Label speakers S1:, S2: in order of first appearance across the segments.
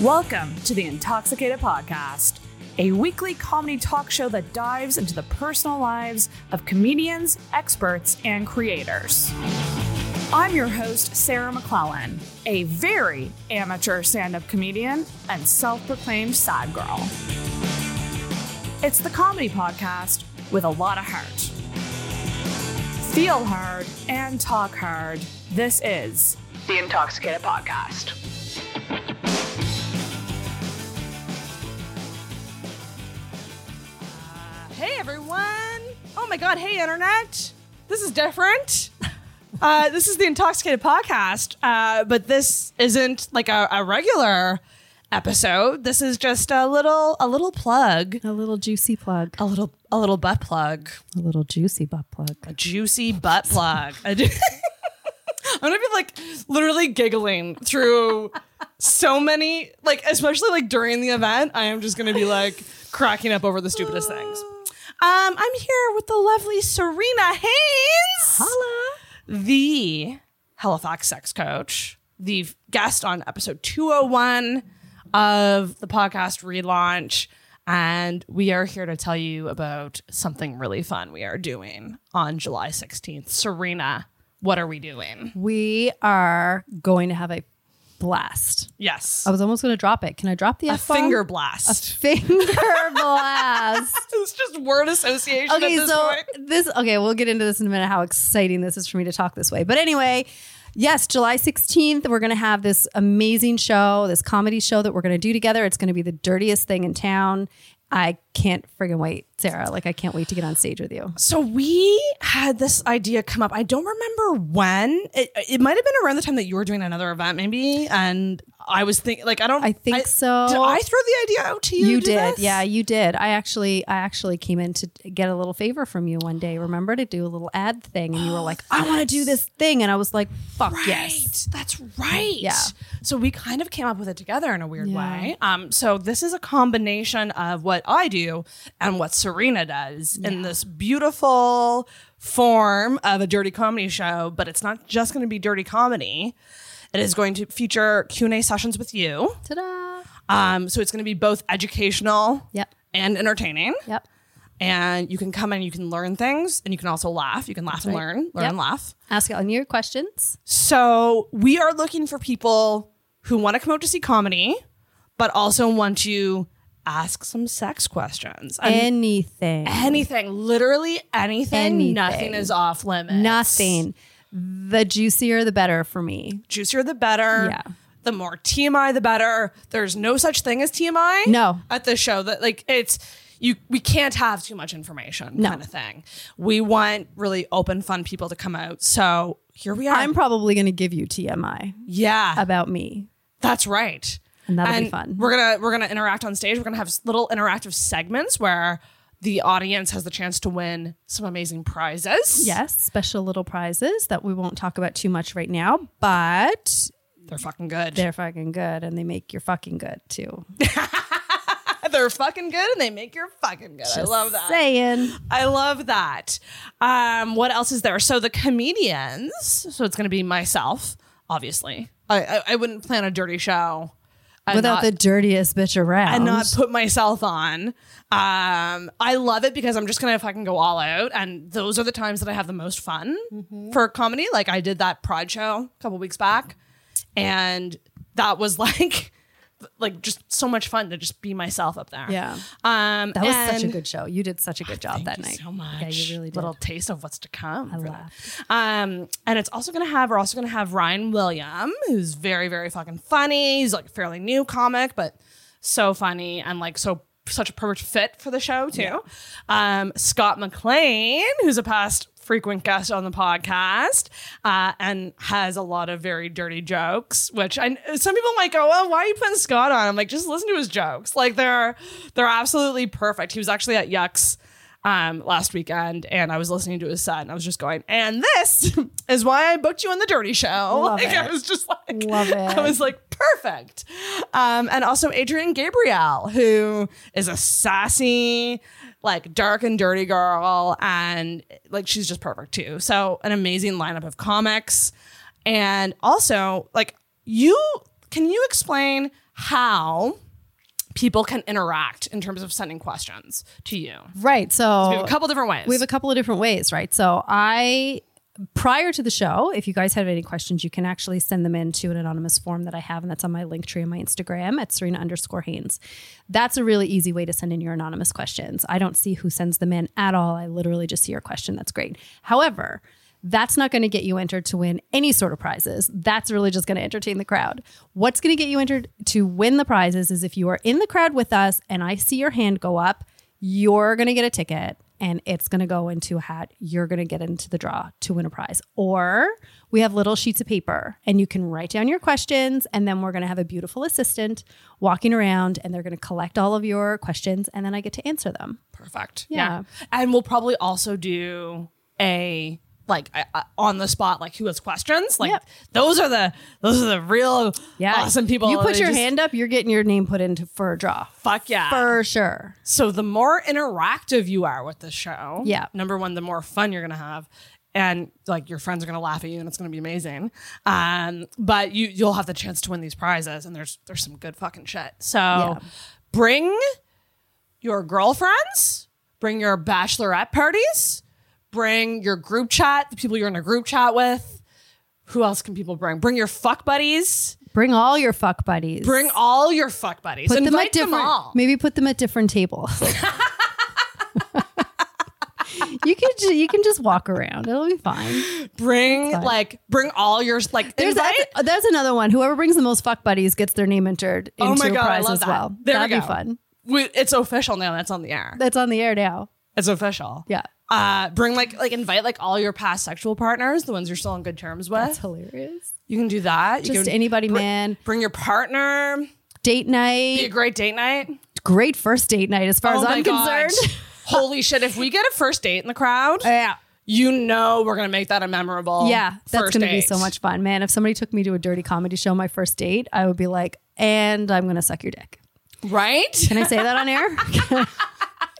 S1: Welcome to the Intoxicated Podcast, a weekly comedy talk show that dives into the personal lives of comedians, experts, and creators. I'm your host, Sarah McClellan, a very amateur stand up comedian and self proclaimed sad girl. It's the comedy podcast with a lot of heart. Feel hard and talk hard. This is the Intoxicated Podcast.
S2: Hey everyone! Oh my god, hey internet! This is different. Uh, this is the Intoxicated Podcast, uh, but this isn't like a, a regular episode. This is just a little a little plug,
S3: A little juicy plug.
S2: a little a little butt plug,
S3: A little juicy butt plug.
S2: a juicy butt plug. A ju- I'm gonna be like literally giggling through so many, like especially like during the event. I am just gonna be like cracking up over the stupidest things. Um, I'm here with the lovely Serena Haynes,
S3: Holla.
S2: the Halifax sex coach, the f- guest on episode 201 of the podcast relaunch. And we are here to tell you about something really fun we are doing on July 16th. Serena, what are we doing?
S3: We are going to have a blast.
S2: Yes.
S3: I was almost going to drop it. Can I drop the
S2: A
S3: F bomb?
S2: finger blast.
S3: Finger blast.
S2: it's just word association
S3: Okay,
S2: at this
S3: so
S2: point.
S3: this, okay, we'll get into this in a minute, how exciting this is for me to talk this way. But anyway, yes, July 16th, we're going to have this amazing show, this comedy show that we're going to do together. It's going to be the dirtiest thing in town. I can't friggin' wait, Sarah. Like, I can't wait to get on stage with you.
S2: So we had this idea come up. I don't remember when. It, it might have been around the time that you were doing another event, maybe. And I was thinking, like, I don't.
S3: I think so.
S2: Did I throw the idea out to you?
S3: you
S2: to
S3: did
S2: this?
S3: yeah you did i actually i actually came in to get a little favor from you one day remember to do a little ad thing and you were like i want to do this thing and i was like fuck
S2: Right.
S3: yes
S2: That's right.
S3: Yeah.
S2: So we kind of came up with it together in a weird
S3: Yeah.
S2: way. Um. So this is a combination of what I do and what Serena does in this beautiful form of a dirty comedy show. But it's not just going to be dirty comedy. It is going to feature Q and A sessions with you.
S3: ta-da
S2: Um, so it's going to be both educational
S3: Yep.
S2: and entertaining.
S3: yep
S2: And you can come in, you can learn things, and you can also laugh. You can laugh and learn, learn
S3: Yep.
S2: and laugh.
S3: ask all your questions
S2: So we are looking for people who want to come out to see comedy, but also want to ask some sex questions.
S3: Um,
S2: And
S3: anything
S2: anything, literally anything,
S3: Anything.
S2: nothing is off limits.
S3: nothing the juicier the better for me
S2: Juicier the better.
S3: Yeah.
S2: The more TMI, the better. There's no such thing as TMI.
S3: No.
S2: At the show, that like it's you. We can't have too much information,
S3: No.
S2: kind of thing. We want really open, fun people to come out. So here we are.
S3: i'm probably going to give you tmi
S2: yeah.
S3: about me
S2: That's right.
S3: And that'll be fun.
S2: We're gonna we're gonna interact on stage. We're gonna have s- little interactive segments where the audience has the chance to win some amazing prizes.
S3: yes special little prizes that we won't talk about too much right now but
S2: They're fucking good. They're,
S3: they're fucking good and they make your fucking good too
S2: fucking good and they make your fucking good. I
S3: Just
S2: love that.
S3: saying
S2: I love that. Um, what else is there? So the comedians. So it's gonna be myself, obviously. I I, I wouldn't plan a dirty show and
S3: without
S2: not-
S3: the dirtiest bitch around.
S2: and not put myself on. Um, I love it because I'm just gonna fucking go all out, and those are the times that I have the most fun
S3: Mm-hmm.
S2: for comedy. Like I did that Pride show a couple weeks back, and that was like, like just so much fun to just be myself up there.
S3: Yeah.
S2: um,
S3: that was such a
S2: and- Ah,
S3: good show. You did such a good job that
S2: Thank you
S3: night.
S2: So much.
S3: Yeah, you really did.
S2: Little taste of what's to come. I
S3: laughed.
S2: Um, and it's also gonna have. We're also gonna have Ryan William, who's very, very fucking funny. He's like a fairly new comic, but so funny and like so such a perfect fit for the show too. Um, Scott McLean, who's a past frequent guest on the podcast uh, and has a lot of very dirty jokes which I some people might go oh why are you putting Scott on I'm like just listen to his jokes like they're they're absolutely perfect he was actually at Yucks um, last weekend, and I was listening to his set, and I was just going, and this is why I booked you on the Dirty Show. like I
S3: it.
S2: was just like,
S3: Love it.
S2: I was like, perfect. Um, and also Adrian Gabriel, who is a sassy, like dark and dirty girl, and like she's just perfect too. So an amazing lineup of comics, and also like you. Can you explain how people can interact in terms of sending questions to you.
S3: Right. So
S2: We have a couple different ways.
S3: We have a couple of different ways, right? So I prior to the show, if you guys have any questions, you can actually send them in to an anonymous form that I have, and that's on my link tree on my Instagram at Serena underscore Haynes. That's a really easy way to send in your anonymous questions. I don't see who sends them in at all. I literally just see your question. That's great. However, that's not going to get you entered to win any sort of prizes. That's really just going to entertain the crowd. What's going to get you entered to win the prizes is if you are in the crowd with us and I see your hand go up, you're going to get a ticket and it's going to go into a hat. You're going to get into the draw to win a prize. Or we have little sheets of paper and you can write down your questions. And then we're going to have a beautiful assistant walking around and they're going to collect all of your questions. And then I get to answer them.
S2: Perfect.
S3: Yeah.
S2: And we'll probably also do a like a, a- on the spot like who has questions like
S3: Yep.
S2: those are the those are the real awesome people Oh,
S3: You put
S2: They
S3: your
S2: just-
S3: hand up, you're getting your name put into for a draw.
S2: fuck yeah
S3: For sure.
S2: So the more interactive you are with the show,
S3: Yeah.
S2: Number one, the more fun you're gonna have, and like your friends are gonna laugh at you, and it's gonna be amazing. Um, but you you'll have the chance to win these prizes, and there's there's some good fucking shit. So bring your girlfriends, bring your bachelorette parties, bring your group chat, the people you're in a group chat with. Who else can people bring? Bring your fuck buddies.
S3: Bring all your fuck buddies.
S2: Bring all your fuck buddies.
S3: put them at
S2: Invite
S3: different
S2: them all.
S3: maybe put them at different tables you can ju- you can just walk around it'll be fine
S2: bring like bring all your like
S3: there's
S2: invite
S3: that's, there's another one whoever brings the most fuck buddies gets their name entered into
S2: Oh my
S3: a
S2: God, I
S3: prize
S2: love
S3: as
S2: that.
S3: well
S2: There we
S3: that'd be
S2: go.
S3: fun
S2: we, it's official now that's on the air
S3: that's on the air now
S2: it's official
S3: yeah
S2: uh bring like like invite like all your past sexual partners the ones you're still on good terms with
S3: that's hilarious
S2: you can do that you
S3: just
S2: can
S3: anybody man
S2: bring your partner
S3: date
S2: be a
S3: night
S2: great date night
S3: great first date night as
S2: Oh
S3: far as i'm
S2: God.
S3: concerned
S2: holy shit if we get a first date in the crowd
S3: yeah
S2: you know we're gonna make that a memorable
S3: Yeah, that's
S2: first
S3: going to be
S2: date.
S3: so much fun, man. If somebody took me to a dirty comedy show my first date, I would be like, "And I'm going to suck your dick."
S2: right
S3: Can I say that on air?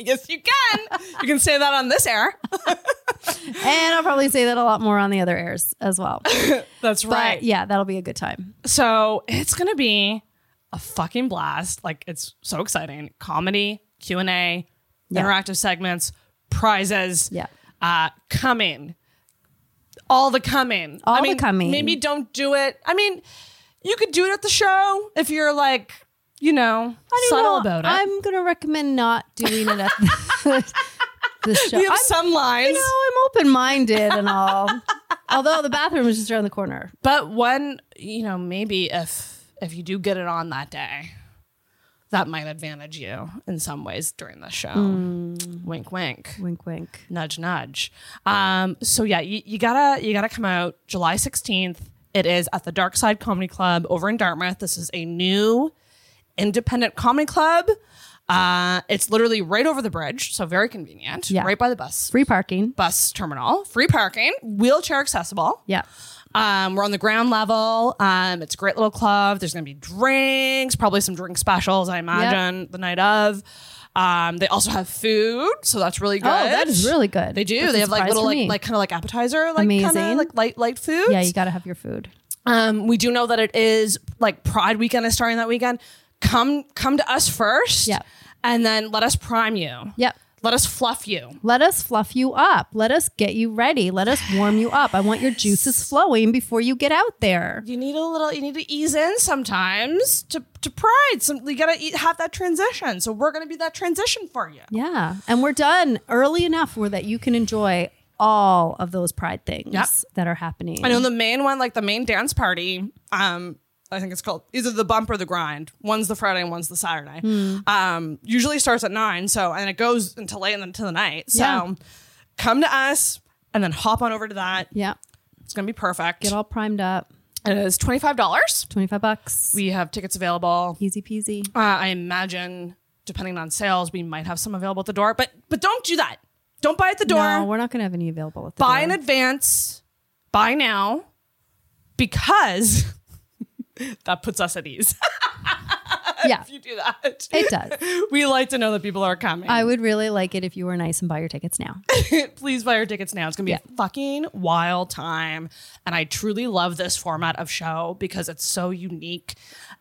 S2: yes you can you can say that on this air
S3: and I'll probably say that a lot more on the other airs as well. But
S2: that's right
S3: yeah, that'll be a good time.
S2: So it's gonna be a fucking blast. Like it's so exciting. Comedy, Q and A,
S3: Yeah.
S2: interactive segments, prizes.
S3: Yeah.
S2: Uh, coming. All the coming.
S3: All
S2: I
S3: the
S2: mean,
S3: coming.
S2: Maybe don't do it. I mean, you could do it at the show if you're like, you know, subtle about it.
S3: I'm going to recommend not doing it at the, the show.
S2: we have
S3: I'm,
S2: some lines.
S3: you know, I'm open-minded and all. Although the bathroom is just around the corner.
S2: But one, you know, maybe if if you do get it on that day, that might advantage you in some ways during the show. Wink, wink,
S3: Wink, wink.
S2: nudge, nudge. Um, so yeah, you, you gotta you gotta come out July sixteenth. It is at the Dark Side Comedy Club over in Dartmouth. This is a new independent comedy club. Uh, it's literally right over the bridge, so very convenient.
S3: Yeah.
S2: Right by the bus
S3: Free parking.
S2: bus terminal, free parking, wheelchair accessible.
S3: Yeah.
S2: Um, we're on the ground level. Um, it's a great little club. There's going to be drinks, probably some drink specials, I imagine, the night of. Um, they also have food, so that's really good.
S3: Oh, that is really good.
S2: They do.
S3: That's a
S2: they have like
S3: surprise
S2: little
S3: for
S2: like
S3: me.
S2: like kind of like appetizer, like kind
S3: Amazing.
S2: of like light light food.
S3: Yeah, you got to have your food.
S2: Um, we do know that it is like Pride weekend is starting that weekend. Come come to us first,
S3: Yeah.
S2: and then let us prime you.
S3: Yep.
S2: Let us fluff you.
S3: Let us fluff you up. Let us get you ready. Let us warm you up. I want your juices flowing before you get out there.
S2: you need a little you need to ease in sometimes to to pride some you gotta eat, have that transition so we're gonna be that transition for you
S3: Yeah. And we're done early enough where that you can enjoy all of those pride things
S2: Yep.
S3: that are happening.
S2: i know the main one like the main dance party um i think it's called either the bump or the grind one's the friday and one's the saturday
S3: Hmm.
S2: um usually starts at nine so and it goes until late into the night so
S3: Yeah.
S2: come to us and then hop on over to that
S3: Yeah.
S2: it's gonna be perfect
S3: Get all primed up.
S2: it is $25
S3: 25 bucks.
S2: we have tickets available
S3: Easy peasy.
S2: Uh, I imagine, depending on sales, we might have some available at the door. But but don't do that. Don't buy at the door.
S3: No, we're not going to have any available at the
S2: buy
S3: door.
S2: in advance. Buy now, because that puts us at ease.
S3: Yeah.
S2: if you do that.
S3: It does.
S2: we like to know that people are coming.
S3: I would really like it if you were nice and buy your tickets now.
S2: Please buy your tickets now. It's going to be a fucking wild time. And I truly love this format of show because it's so unique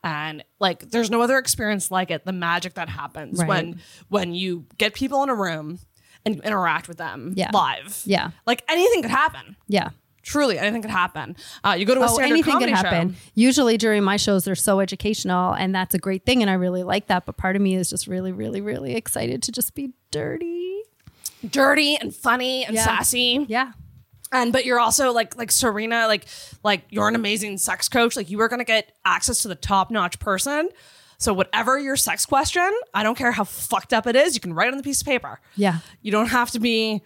S2: and like there's no other experience like it. The magic that happens
S3: Right.
S2: when when you get people in a room and you interact with them
S3: Yeah.
S2: live.
S3: Yeah.
S2: Like anything could happen.
S3: Yeah.
S2: Truly, anything could happen. Uh, you go to a
S3: Oh,
S2: standard
S3: anything could
S2: comedy
S3: happen.
S2: show.
S3: Usually during my shows, they're so educational, and that's a great thing, and I really like that. But part of me is just really, really, really excited to just be dirty.
S2: Dirty and funny and
S3: Yeah.
S2: sassy.
S3: Yeah.
S2: and but you're also like like Serena, like like you're an amazing sex coach. Like you are gonna get access to the top notch person. So whatever your sex question, I don't care how fucked up it is, you can write it on the piece of paper.
S3: Yeah.
S2: You don't have to be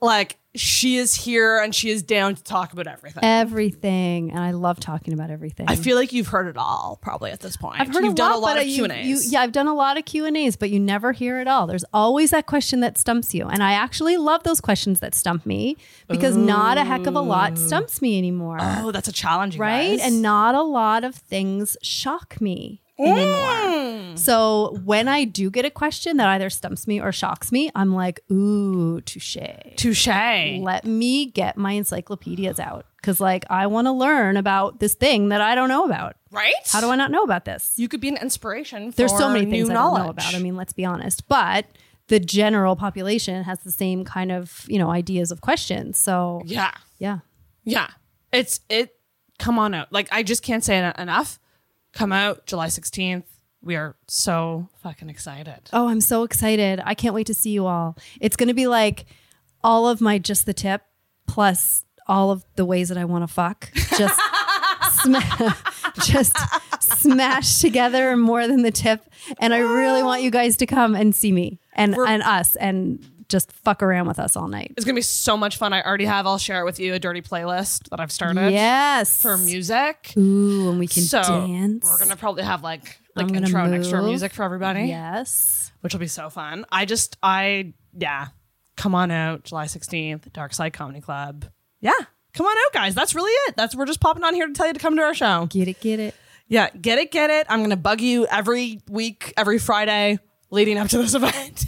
S2: like she is here and she is down to talk about everything.
S3: Everything. And I love talking about everything.
S2: I feel like you've heard it all probably at this point.
S3: I've heard
S2: you've
S3: a
S2: done
S3: lot,
S2: a lot
S3: but
S2: of
S3: I-
S2: Q
S3: you-
S2: and
S3: you-
S2: A's.
S3: Yeah, I've done a lot of Q and A's, but you never hear it all. There's always that question that stumps you, and I actually love those questions that stump me because not a heck of a lot stumps me anymore,
S2: Oh, that's a challenge, you
S3: right?
S2: guys.
S3: And not a lot of things shock me anymore.
S2: Mm.
S3: So when I do get a question that either stumps me or shocks me, I'm like, ooh, touche
S2: touche.
S3: let me get my encyclopedias out because like i want to learn about this thing that i don't know about
S2: Right?
S3: how do i not know about this
S2: you could be an inspiration for
S3: there's so many
S2: new
S3: things
S2: knowledge.
S3: i don't know about i mean let's be honest but the general population has the same kind of you know ideas of questions so
S2: yeah.
S3: yeah
S2: Yeah. It's it come on out. Like I just can't say it enough. Come out July 16th. We are so fucking excited.
S3: oh i'm so excited i can't wait to see you all it's going to be like all of my just the tip plus all of the ways that i want to fuck just sma- just smashed together more than the tip and i really want you guys to come and see me and and us and just fuck around with us all night
S2: It's going to be so much fun. I already have I'll share it with you a dirty playlist that I've started
S3: yes
S2: for music.
S3: ooh and we can
S2: so
S3: dance
S2: we're going to probably have like like
S3: I'm gonna
S2: intro and extra
S3: move.
S2: music for everybody,
S3: yes
S2: which will be so fun. I just I yeah. Come on out July 16th, Dark Side Comedy Club. Yeah. Come on out guys. That's really it. That's we're just popping on here to tell you to come to our show.
S3: get it get it
S2: Yeah, get it, get it. I'm gonna bug you every week, every Friday leading up to this event.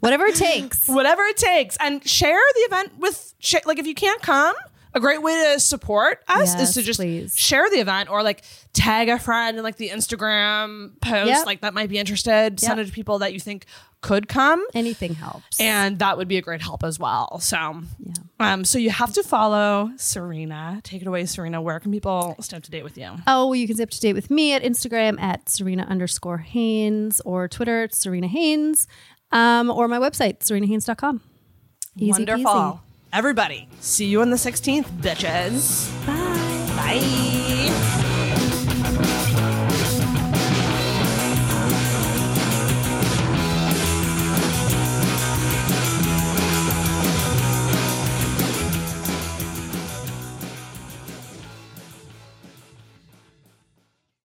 S3: whatever it takes
S2: Whatever it takes. And share the event with sh- like if you can't come, a great way to support us
S3: Yes,
S2: is to just
S3: please.
S2: share the event or like tag a friend in like the Instagram post,
S3: Yep.
S2: like that might be interested. Send it to people that you think could come.
S3: anything helps
S2: And that would be a great help as well. So
S3: Yeah.
S2: um so you have to follow Serena. Take it away, Serena. Where can people stay up to date with you?
S3: Oh, well, you can stay up to date with me at Instagram at Serena underscore Haynes or Twitter at Serena Haynes um, or my website, serenahaynes.com. Easy
S2: Wonderful.
S3: peasy.
S2: Everybody, see you on the 16th, bitches.
S3: Bye.
S2: Bye.